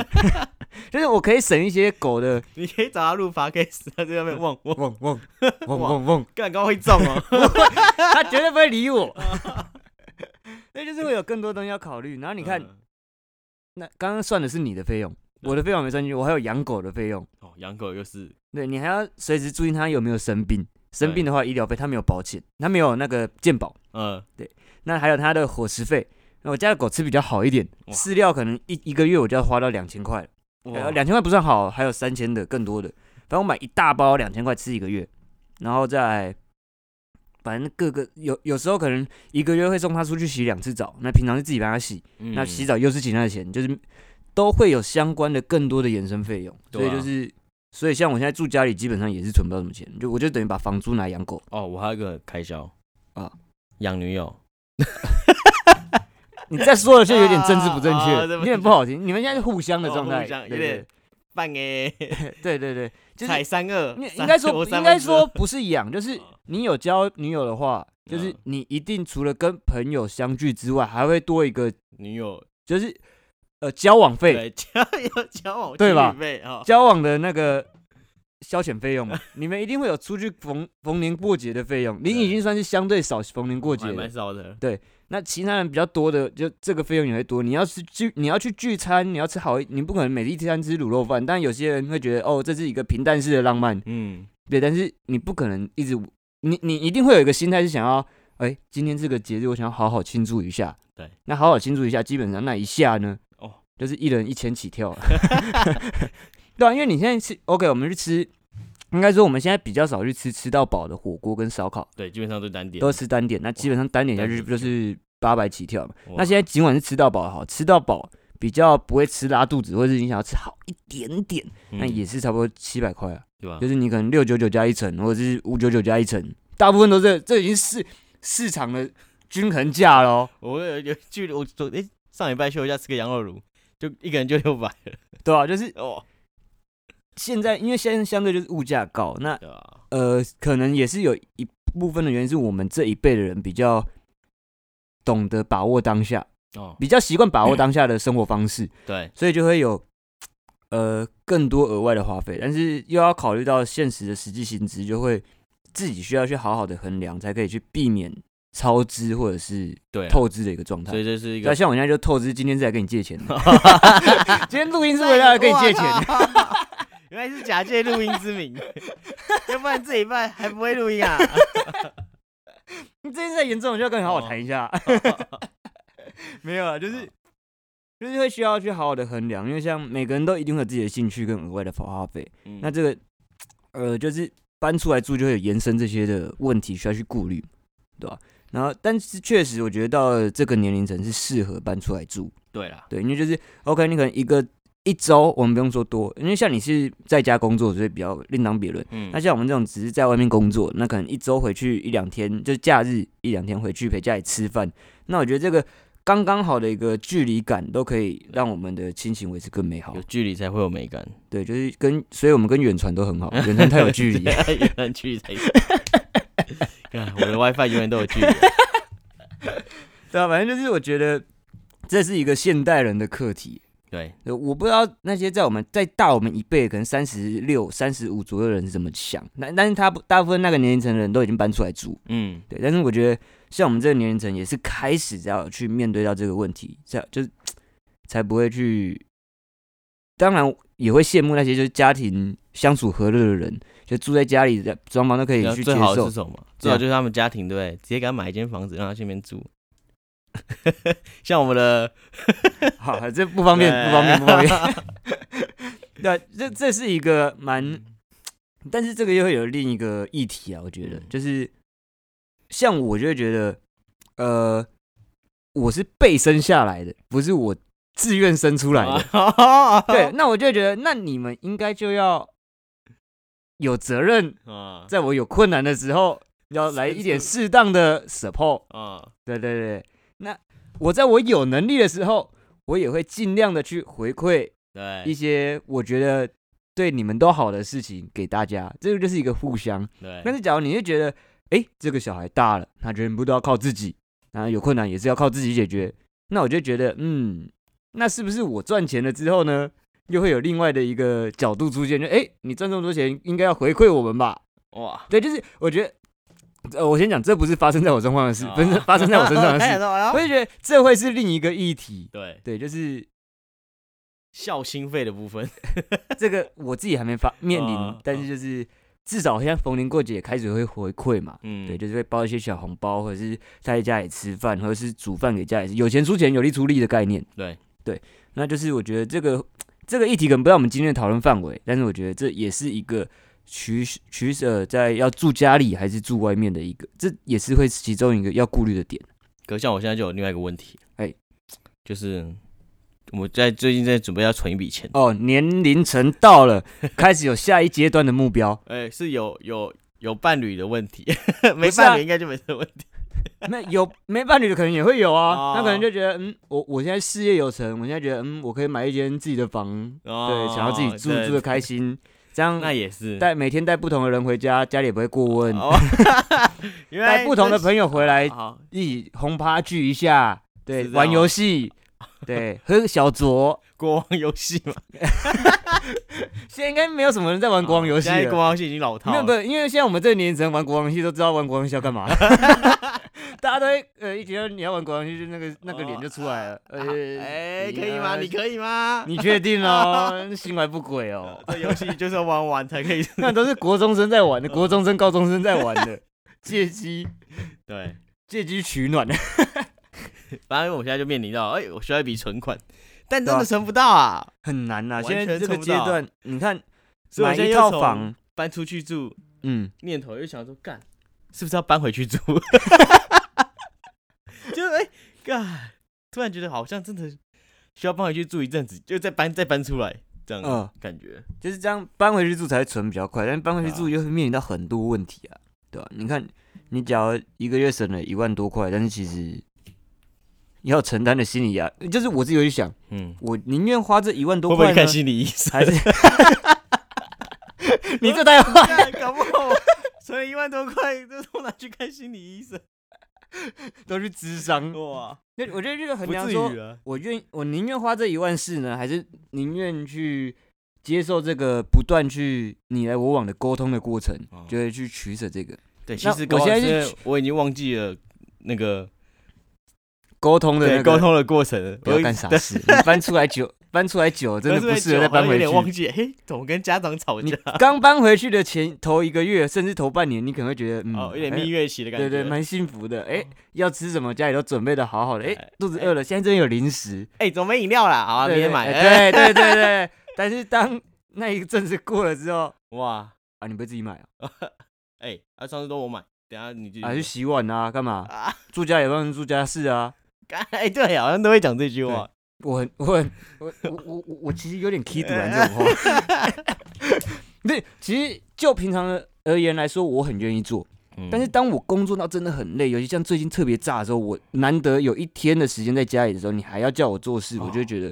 B: 就是我可以省一些狗的
A: 你可以找他录 p o d 他在那边汪汪，
B: 嗡 嗡嗡嗡嗡，
A: 干刚会中哦，
B: 他绝对不会 理我。 那就是会有更多东西要考虑。然后你看，
A: 嗯
B: 那刚刚算的是你的费用，
A: 对
B: 我的费用还没算进去，我还有养狗的费用。
A: 哦，养狗又是
B: 对你还要随时注意它有没有生病，生病的话医疗费它没有保险，它没有那个健保。
A: 呃
B: 那还有它的伙食费。那我家的狗吃比较好一点，
A: 哇
B: 饲料可能一一个月我就要花到两千块了。
A: 哇
B: 呃，两千块不算好，还有三千的更多的。反正我买一大包两千块吃一个月，然后再反正各个有有时候可能一个月会送他出去洗两次澡，那平常是自己帮他洗，那洗
A: 澡
B: 澡又是其他的钱，就是都会有相关的更多的衍生费用，所
A: 对
B: 以
A: 啊
B: 就是。所以像我现在住家里，基本上也是存不到什么钱，就我就等于把房租拿来养狗。
A: 哦，我还有一个开销
B: 啊，
A: 养女友，
B: 你再说了就有点政治不正 确，
A: 啊啊对
B: 有
A: 不
B: 点
A: 起
B: 不好听。你们现在是互相的
A: 哦
B: 状态，
A: 互相
B: 对
A: 有点半哎，
B: 对对对，就是
A: 才三二，
B: 应
A: 三
B: 应该说
A: 我
B: 不
A: 三
B: 应该
A: 分之
B: 说
A: 二
B: 不是养，就是
A: 啊
B: 你有交女友的话，就是
A: 嗯
B: 你一定除了跟朋友相聚之外，还会多一个
A: 女友
B: 就是呃交往费，
A: 对 交友交往
B: 对
A: 情
B: 吧
A: 侣费啊，
B: 交往的那个消遣 费用嘛，你们一定会有出去逢逢年过节的费用，你已
A: 对哦
B: 经算是相对少逢年过节
A: 还
B: 了
A: 蛮。少的，
B: 那其他人比较多的，就这个费用也会多。你要是聚，你要去聚餐，你要吃好一，你不可能每一餐吃卤肉饭。但有些人会觉得，哦，这是一个平淡式的浪漫，
A: 嗯，
B: 对，但是你不可能一直，你你一定会有一个心态是想要，哎、今天这个节日我想要好好庆祝一下。
A: 对，
B: 那好好庆祝一下，基本上那一下呢，
A: 哦
B: 就是一人一千起跳了。 对啊，因为你现在吃 OK，我们去吃，应该说我们现在比较少去吃吃到饱的火锅跟烧烤，
A: 对，基本上都单点
B: 都，吃单点。那基本上单点下去
A: 单点
B: 就是八百起跳嘛。
A: 哇
B: 那现在尽管是吃到饱好，吃到饱比较不会吃拉肚子，或者是你想要吃好一点点，那
A: 嗯
B: 也是差不多七百块啊。
A: 对吧
B: 就？是你可能六九九加一层，或者是五九九加一层，大部分都是这已经是市场的均衡价喽，
A: 我有有距离，我昨诶上礼拜休假吃个羊肉炉，就一个人就六百
B: 对吧、就是
A: 哦，
B: 现在，因为现在相对就是物价高，那
A: 对吧？
B: 呃，可能也是有一部分的原因是我们这一辈的人比较懂得把握当下，
A: 哦，
B: 比较习惯把握当下的生活方式，
A: 对，
B: 所以就会有呃更多额外的花费，但是又要考虑到现实的实际薪资，就会自己需要去好好的衡量，才可以去避免超支或者是
A: 对啊，
B: 透支的一个状
A: 所
B: 态。
A: 以这是一
B: 那
A: 个
B: 像我现 在 就透支，今天是来跟你借钱的。今天录音是为了要跟你借钱的，
A: 原来是假借录音之 名，要不然这一半还不会录音啊？
B: 你这件事严重，我就要跟你好好谈一下。 没有啊，
A: 哦
B: 就是就是会需要去好好的衡量，因为像每个人都一定会有自己的兴趣跟额外的花费，
A: 嗯
B: 那这个呃就是搬出来住就会有延伸这些的问题需要去顾虑，对吧、然后，但是确实，我觉得到了这个年龄层是适合搬出来住，
A: 对啦，
B: 对，因为就是 OK，你可能一个一周，我们不用说多，因为像你是在家工作，所以比较另当别论。
A: 嗯
B: 那像我们这种只是在外面工作，那可能一周回去一两天，就是假日一两天回去陪家里吃饭。那我觉得这个刚刚好的一个距离感，都可以让我们的亲情维持更美好
A: 有。距离才会有美 感，
B: 对，就是跟，所以我们跟远传都很好，远传太有距 离
A: 对。啊远端距离才有。看我的 WiFi 永远都有距离，
B: 对啊，反正就是我觉得这是一个现代人的课题。
A: 对，
B: 呃我不知道那些在我们在大我们一辈，可能三十六、三十五左右的人是怎么想，但但是他不大部分那个年龄层的人都已经搬出来住，
A: 嗯，
B: 对，但是我觉得像我们这个年龄层也是开始要去面对到这个问题，才就是才不会去。当然也会羡慕那些就是家庭相处和乐的人，就住在家里，双方都可以
A: 然后
B: 去接
A: 最好的
B: 受
A: 是。什么？最好就是他们家庭对不对，直接给他买一间房子让他去那边住。 像我们的
B: 好，这不方便，不方便，不方便。
A: 便。
B: 对，这这是一个蛮，但是这个又会有另一个议题啊，我觉得
A: 嗯
B: 就是像我就会觉得，呃，我是被生下来的，不是我自愿生出来的。
A: 啊
B: 对，， 那我就觉得，那你们应该就要有责任，
A: 啊
B: 在我有困难的时候，要来一点适当的 support。
A: 啊，
B: 对对对，那我在我有能力的时候，我也会尽量的去回馈一
A: 对
B: 些我觉得对你们都好的事情给大家，这个就是一个互相。但
A: 对，
B: 是假如你就觉得，哎、这个小孩大了，他全部都要靠自己，然后有困难也是要靠自己解决，那我就觉得，嗯，那是不是我赚钱了之后呢，又会有另外的一个角度出现？就，哎、你赚这么多钱，应该要回馈我们吧？
A: 哇，
B: 对，就是我觉得，呃，我先讲，这不是发生在我身上的事，不是发生在我身 上的
A: 看得
B: 事，
A: 到哎呦
B: 我就觉得这会是另一个议题。
A: 对，
B: 对，就是
A: 孝心费的部分，
B: 这个我自己还没发面临
A: 啊，
B: 但是就是至少现在逢年过节也开始会回馈嘛，
A: 嗯，
B: 对，就是会包一些小红包，或者是在家里吃饭，或者是煮饭给家里吃，有钱出钱，有力出力的概念。
A: 对
B: 对，那就是我觉得这个这个议题可能不在我们今天的讨论范围，但是我觉得这也是一个取取舍在要住家里还是住外面的一个，这也是会其中一个要顾虑的点。
A: 可像我现在就有另外一个问题，
B: 哎，
A: 就是我在最近在准备要存一笔钱，
B: 哦，年龄层到了，开始有下一阶段的目标。
A: 哎，是有有有伴侣的 问题，
B: 不
A: 没
B: 是啊
A: 伴侣应该就没这个问题，
B: 那有没伴侣的可能也会有啊，
A: 哦
B: 那可能就觉得，嗯，我我现在事业有成，我现在觉得，嗯，我可以买一间自己的房，
A: 对
B: 对，想要自己住住的开，心，这样
A: 哦那也是，
B: 带每天带不同的人回家，家里也不会过 问，
A: 哦，原来
B: 带不同的朋友回来
A: 好
B: 一起轰趴聚一下，对，
A: 是这样啊吗
B: 玩 游戏，对，喝个小酌，
A: 国王游戏嘛，
B: 现在应该没有什么人在玩国王游戏
A: 哦现在国
B: 了。
A: 王游戏已经老套
B: 没有，不
A: 了，
B: 是，因为现在我们这个年龄层玩国王游戏都知道玩国王游戏要干 嘛，大家都会呃一觉得你要玩国王游戏，就那个那个脸就出来了。呃，
A: 哦哎，可以
B: 啊
A: 吗？你可以吗？
B: 你确定哦？心怀不轨哦
A: ，这游戏就是要玩完才可以，
B: 那都是国中生在玩的，国中生、高中生在玩的，借机
A: 对。
B: 借机取暖。
A: 反正我现在就面临到，哎、我需要一笔存款，但
B: 对
A: 真
B: 啊
A: 的存不到啊，
B: 很难呐、
A: 完
B: 现
A: 全
B: 在这个
A: 凑不
B: 阶
A: 到
B: 段，你看
A: 所以我
B: 买
A: 现在
B: 一
A: 又
B: 套
A: 从
B: 房，
A: 搬出去住，
B: 嗯，
A: 念头又想说，干，是不是要搬回去住？ 就哎，干、突然觉得好像真的需要搬回去住一阵子，就再搬再搬出来，这样、
B: 嗯
A: 感觉。
B: 就是这样搬回去住才会存比较快，但是搬回去住
A: 对啊
B: 又会面临到很多问题啊，对吧、你看，你只要一个月省了一万多块，但是其实要承担的心理压，就是我自己会去想，
A: 嗯，
B: 我宁愿花这一万
A: 会不
B: 多
A: 会
B: 块
A: 去看
B: 呢，
A: 心理医生？
B: 还是你这太坏
A: 干搞不好我存了一万多块，就都拿去看心理医 生。
B: 都是智商。
A: 哇，
B: 那我觉得这个很
A: 不
B: 难
A: 至
B: 说
A: 于，啊。
B: 我愿我宁愿花这一万四呢，还是宁愿去接受这个不断去你来我往的沟通的过程，
A: 哦
B: 就会去取舍这个。
A: 对，
B: 那
A: 其实
B: 我
A: 搞不好
B: 现在是
A: 我已经忘记了那个
B: 沟通的那
A: 对
B: 个
A: 沟，通的过程，
B: 不
A: 我
B: 要干傻事。你搬出来久，搬出来久，真的不适合再搬
A: 有
B: 回
A: 点忘
B: 去。
A: 记，嘿，怎么跟家长吵
B: 你
A: 架？
B: 刚搬回去的前头一个月，甚至头半年，你可能会觉得，嗯，
A: 哦，有点
B: 哎
A: 蜜月期的感觉。嗯
B: 对对，蛮幸福的。哎、要吃什么家里都准备的好好的。哎、
A: 哎
B: 肚子饿了，现在真的有零食，
A: 哎，怎么没饮料啦？好啊，明
B: 对
A: 天
B: 对
A: 买。哎
B: 哎对对对对。但是当那一阵子过了之后，
A: 哇，
B: 啊，你不会自己买啊？
A: 哎，啊，上次都我买，等下你就
B: 啊，去洗碗啊，干嘛？
A: 啊，
B: 住家也帮人住家事啊。
A: 哎，对，好像都会讲这句话。
B: 我很我很我我我我我其 实有点 key 堵拦这种话。 对，其实就平常的而言来说，我很愿意做。
A: 嗯
B: 但是当我工作到真的很累，尤其像最近特别炸的时候，我难得有一天的时间在家里的时候，你还要叫我做事，我就会觉得，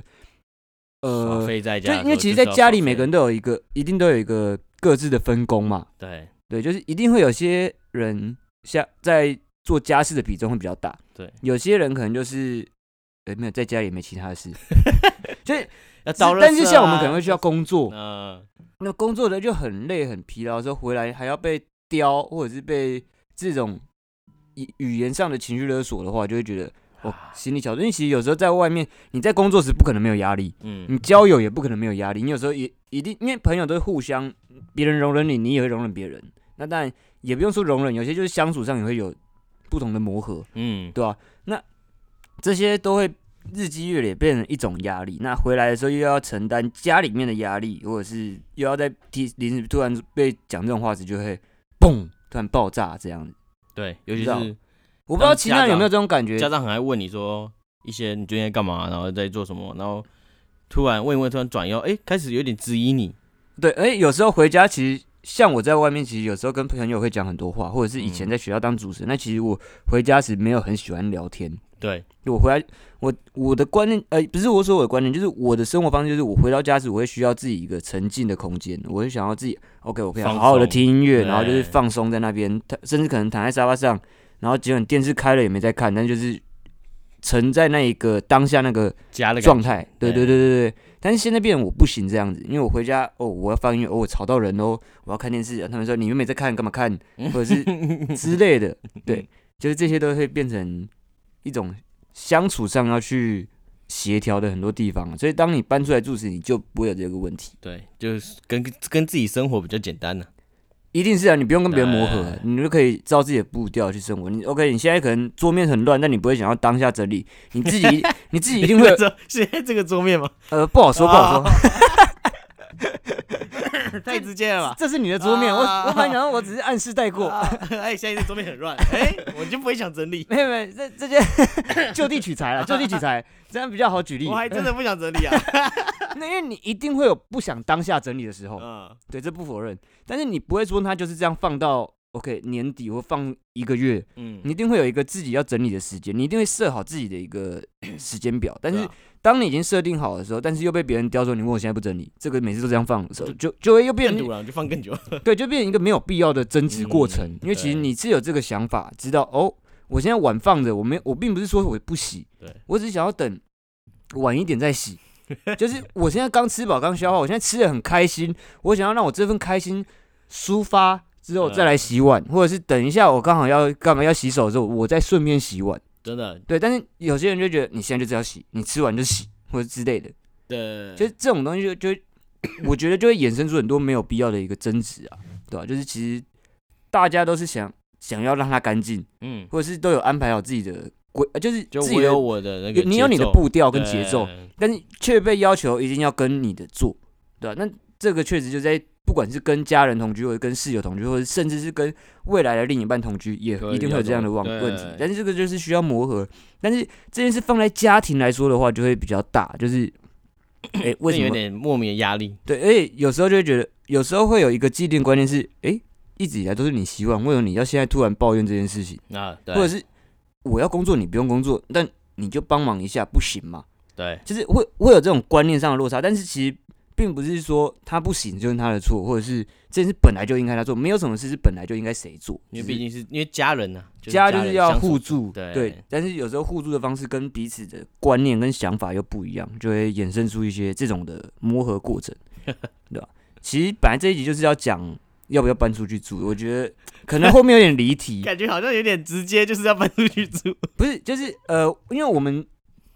A: 耍
B: 呃，
A: 废在哦
B: 就
A: 家的时候就是要耍废，
B: 因为其实在家里每个人都有一个，一定都有一个各自的分工嘛，
A: 对
B: 对，就是一定会有些人像在做家事的比重会比较大，
A: 对
B: 有些人可能就是，呃，没有在家里也没其他的事，就是，
A: 要倒垃圾啊，
B: 但是像我们可能会需要工作，
A: 嗯，
B: 那工作的就很累很疲劳的时候回来还要被刁，或者是被这种语语言上的情绪勒索的话，就会觉得
A: 啊
B: 哦心力憔悴。因为其实有时候在外面，你在工作时不可能没有压力，你
A: 嗯，
B: 交友也不可能没有压力，你有时候也一定因为朋友都是互相，别人容忍你，你也会容忍别人。那当然也不用说容忍，有些就是相处上也会有不同的磨合。
A: 嗯，
B: 对吧、那这些都会日积月累变成一种压力。那回来的时候又要承担家里面的压力，或者是又要在提临时突然被讲这种话时，就会嘣突然爆炸这样子。
A: 对，尤其
B: 你知道
A: 是
B: 我不知道其他人有没有这种感觉
A: 家，长很爱问你说一些你最近在干嘛，然后在做什么，然后突然问一问，突然转腰，哎，开始有点质疑你，
B: 对，哎、有时候回家其实。像我在外面，其实有时候跟朋友会讲很多话，或者是以
A: 嗯
B: 前在学校当主持人，那其实我回家时没有很喜欢聊天，
A: 对，
B: 我回来，我我的观念，呃，不是我说我的观念，就是我的生活方式，就是我回到家时，我会需要自己一个沉静的空间，我会想要自己，OK，我可以好
A: 放
B: 好的
A: 松
B: 听音乐，然后就
A: 对
B: 是放松在那边，躺甚至可能躺在沙发上，然后尽管电视开了也没在看，但就是沉在那一个当下那个
A: 家的感觉
B: 状态，对对
A: 对
B: 对对对。但是现在变成我不行这样子，因为我回家哦，我要放音乐，哦，我吵到人哦，我要看电视，他们说你又没在看，干嘛看， 或者是之类的，
A: 嗯
B: 对，就是这些都会变成一种相处上要去协调的很多地方，所以当你搬出来住时，你就不会有这个问题。
A: 对，就是跟跟自己生活比较简单呢、
B: 一定是啊，你不用跟别人磨合
A: 对，
B: 你就可以照自己的步调去生活。你 OK，你现在可能桌面很乱，但你不会想要当下整理，你自 己你自己一定会有
A: 说现在这个 桌 面吗？
B: 呃不好说不好说，
A: 太直接了吧！
B: 这是你的桌面，我
A: 啊
B: 我反正我只是暗示带过，
A: 啊 哎，现在这桌面很乱，哎，我就不会想整理，
B: 没有没有，这这些 就地 取材了，就地取材，这样比较好举例
A: 我。还真的不想整 理啊。
B: 那因为你一定会有不想当下整理的时候，
A: 嗯，
B: 对，这不否认，但是你不会说它就是这样放到 OK 年底或放一个月，
A: 嗯
B: 你一定会有一个自己要整理的时间，你一定会设好自己的一个 时间表。但
A: 对
B: 是
A: 啊
B: 当你已经设定好的时候，但是又被别人刁说你问我现在不整理，这个每次都这样放的时候，就就会又变
A: 更堵了，就放更 久。
B: 对，就变成一个没有必要的争执过程，
A: 嗯
B: 因为其实
A: 对
B: 你是有这个想法，知道哦，我现在碗放着，我没，我并不是说我不洗，
A: 对
B: 我只是想要等晚一点再洗，就是我现在刚吃饱刚消化，我现在吃的很开心，我想要让我这份开心抒发之后再来洗碗，或者是等一下我刚好要干嘛要洗手的时候，我再顺便洗碗，
A: 真的，
B: 对，但是有些人就觉得你现在就是要洗，你吃完就洗或者之类的，
A: 对，
B: 就是这种东西就就会， 我觉得就会衍生出很多没有必要的一个争执啊，对吧、就是其实大家都是想想要让它干净，
A: 嗯，
B: 或者是都有安排好自己的规，呃就是
A: 就
B: 自己
A: 我
B: 的
A: 有我的那个节奏，
B: 你有你的步调跟节奏，
A: 对，
B: 但是却被要求一定要跟你的做，对吧、那这个确实就在不管是跟家人同居，或者跟室友同居，或者甚至是跟未来的另一半同居，也
A: 可以
B: 一定会有这样的问
A: 比较多
B: 问题
A: 对。
B: 但是这个就是需要磨合。但是这件事放在家庭来说的话，就会比较大， 就是。哎、
A: 那
B: 为什么
A: 有点莫名的压力？
B: 对，而且有时候就会觉得，有时候会有一个既定观念是，诶，一直以来都是你希望，为什么你要现在突然抱怨这件事情？
A: 啊，对
B: 或者是我要工作，你不用工作，但你就帮忙一下，不行吗？
A: 对，
B: 就是会会有这种观念上的落差，但是其实并不是说他不行就是他的错，或者是这件事本来就应该他做，没有什么事是本来就应该谁做，
A: 因为
B: 只是
A: 毕竟是因为家人呐，
B: 家就
A: 人
B: 是要
A: 相处
B: 互助，
A: 对
B: 但是有时候互助的方式跟彼此的观念跟想法又不一样，就会衍 生出一些这种的磨合过程，对吧？其实本来这一集就是要讲要不要搬出去住？我觉得可能后面有点离 题，
A: 感觉好像有点直接，就是要搬出去住。
B: 不是，就是呃，因为我们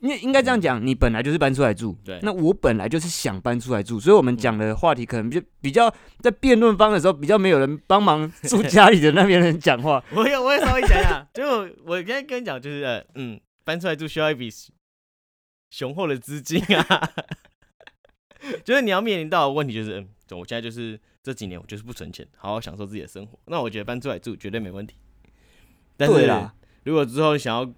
B: 因为应该这样讲，你本来就是搬出来住，
A: 对嗯
B: 那我本来就是想搬出来住，所以我们讲的话题可能就比较在辩论方的时候比较没有人帮忙 住家里的那边人讲话，
A: 我有，我也稍微讲一下， 就我刚才跟你讲，就是呃嗯，搬出来住需要一笔雄厚的资金啊， 就是你要面临到的问题就是，嗯，我现在就是这几年我就是不存钱，好好享受自己的生活，那我觉得搬出来住绝对没问题。 但
B: 对
A: 是
B: 啦。
A: 如果之后想要，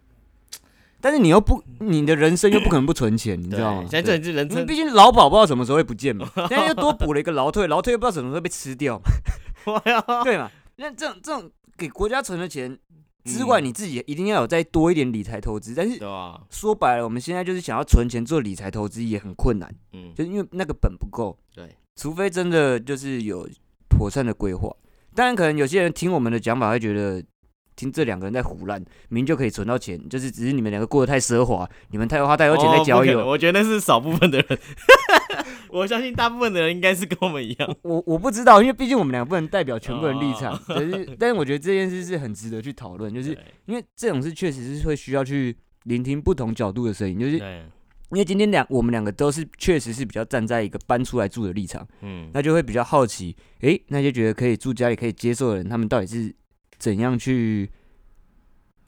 B: 但是你又不，你的人生又不可能不存钱，你知
A: 对
B: 道吗？
A: 现在这
B: 对
A: 人是人
B: 因为
A: 生，
B: 毕竟劳保不知道什么时候会不见嘛，现在又多补了一个劳退，劳退又不知道什么时候被吃掉 嘛，
A: 我要
B: 对嘛？那这种这种给国家存的钱之外，
A: 嗯
B: 你自己也一定要有再多一点理财投资。但是
A: 对啊吧？
B: 说白了，我们现在就是想要存钱做理财投资也很困难，
A: 嗯，
B: 就是因为那个本不够，
A: 对，
B: 除非真的就是有妥善的规划。当然，可能有些人听我们的讲法会觉得，听这两个人在胡乱，明明就可以存到钱，就是只是你们两个过得太奢华，你们太花太有钱在
A: 哦
B: 交
A: 不可
B: 友
A: 能。我觉得那是少部分的人， 我相信大部分的人应该是跟我们一样。
B: 我我不知道，因为毕竟我们俩不能代表全部人立 场，但是但是我觉得这件事是很值得去讨论，就是
A: 哦对
B: 因为这种事确实是会需要去聆听不同角度的声音，就是因
A: 对，
B: 为今天两我们两个都是确实是比较站在一个搬出来住的立场，
A: 嗯，
B: 那就会比较好奇，诶、那些觉得可以住家里可以接受的人，他们到底是怎样去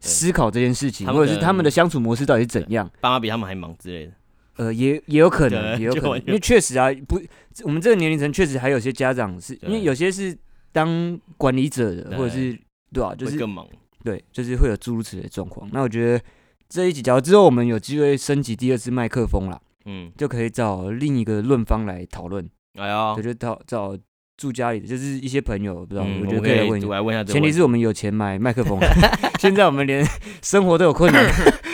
A: 对
B: 思考这件事情，
A: 他们
B: 或者是
A: 的
B: 他们的相处模式到底是怎样？
A: 爸妈比他们还忙之类的。
B: 呃，也也有可能，
A: 对
B: 也有
A: 就
B: 可能
A: 完，全
B: 因为确实啊，不，我们这个年龄层确实还有些家长是因
A: 对
B: 为有些是当管理者的，
A: 对
B: 或者是对啊，就
A: 会
B: 是
A: 更忙。
B: 对，就是会有诸如此类的状况。那我觉得这一集，假如之后我们有机会升级第二支麦克风啦，
A: 嗯，
B: 就可以找另一个论方来讨论，
A: 哎呀
B: 我，就找找住家里的，就是一些朋友，不知道，
A: 嗯我
B: 我觉得
A: 们
B: 可以来问
A: 以
B: 一下
A: 我。来问一下这个
B: 前
A: 问题，
B: 提是我们有钱买 麦克风，现在我们连生活都有困难，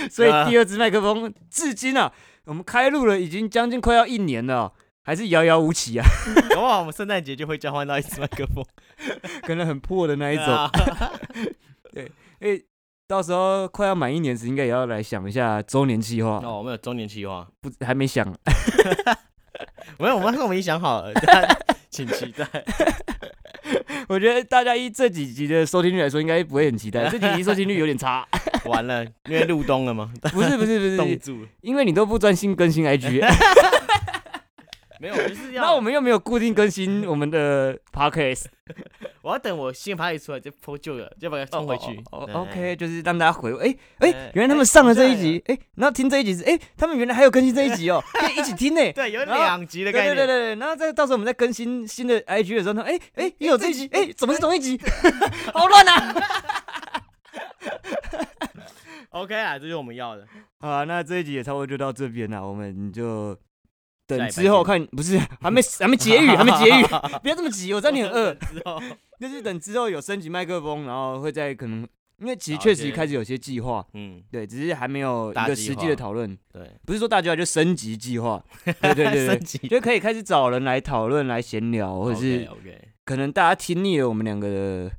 B: 所以
A: 啊
B: 第二支麦克风至今啊，我们开录了已经将近快要一年了哦、还是遥遥无期啊，
A: 搞不好我们圣诞节就会交换到一支麦克风，
B: 可能很破的那一种。
A: 啊
B: 哎、到时候快要满一年时，应该也要来想一下周年计划，
A: 哦，我们有周年计划，
B: 不还没想，
A: 没有，我们我们已经想好了，大家请期待。
B: 我觉得大家以这几集的收听率来说，应该不会很期待，这几集收听率有点 差。
A: 完了，因为入冬了嘛，
B: 不是不是不
A: 冻
B: 是，
A: 住了，
B: 因为你都不专心更新 IG，
A: 没有，我就是要
B: 那我们又没有固定更新我们 的 Podcast。
A: 我要等我新牌一出来再剖旧的，要把它冲回去。
B: 哦
A: 对
B: 哦，OK，就是让大家回味。哎哎
A: 哎，
B: 原来他们上了这一集，哎，然后听这一集是，哎，他们原来还有更新这一 集哦，可以一起听呢。
A: 对，有
B: 然后
A: 两集的
B: 对
A: 概
B: 对
A: 念，
B: 对对对，然后再到时候我们再更新新的 IG 的时候，他们哎哎也有这一集，哎怎么是同一 集？好乱啊！
A: o k 啊，这就是我们要的。
B: 好啊，那这一集也差不多就到这边了，我们就
A: 下
B: 等
A: 礼拜
B: 之后
A: 见
B: 看，不是 还没还没结语，还没 结语，不要这么急，我知道你很饿。
A: 之后，
B: 就是等之后有升级麦克风，然后会再可能，因为其实
A: 好
B: 确实
A: 先
B: 开始有些计划，
A: 嗯，
B: 对，只是还没有一
A: 大
B: 个
A: 计
B: 实际
A: 划
B: 的讨论。
A: 对，
B: 不是说大计划，就升级计 划。对对对
A: 升
B: 对，
A: 级，
B: 就可以开始找人来讨论、来闲聊，或者是
A: OK，
B: 可能大家听腻了我们两个的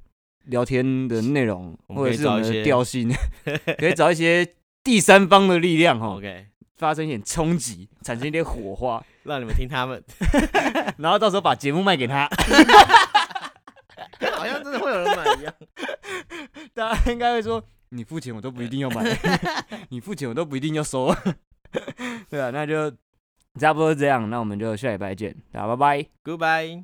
B: 聊天的内容，
A: 我
B: 或
A: 们可
B: 者
A: 以
B: 是我
A: 找一
B: 们的
A: 些
B: 调性， 可以找一些第三方的力量哈，
A: OK，
B: 发生一点冲击，产生一点火 花，
A: 让你们听他们，
B: 然后到时候把节目卖给他，
A: 好像真的会有人买一样。
B: 大家应该会说。你付钱我都不一定 要买，你付钱我都不一定要 收，对啊，那就差不多这样，那我们就下礼拜见，大家拜拜。
A: Goodbye。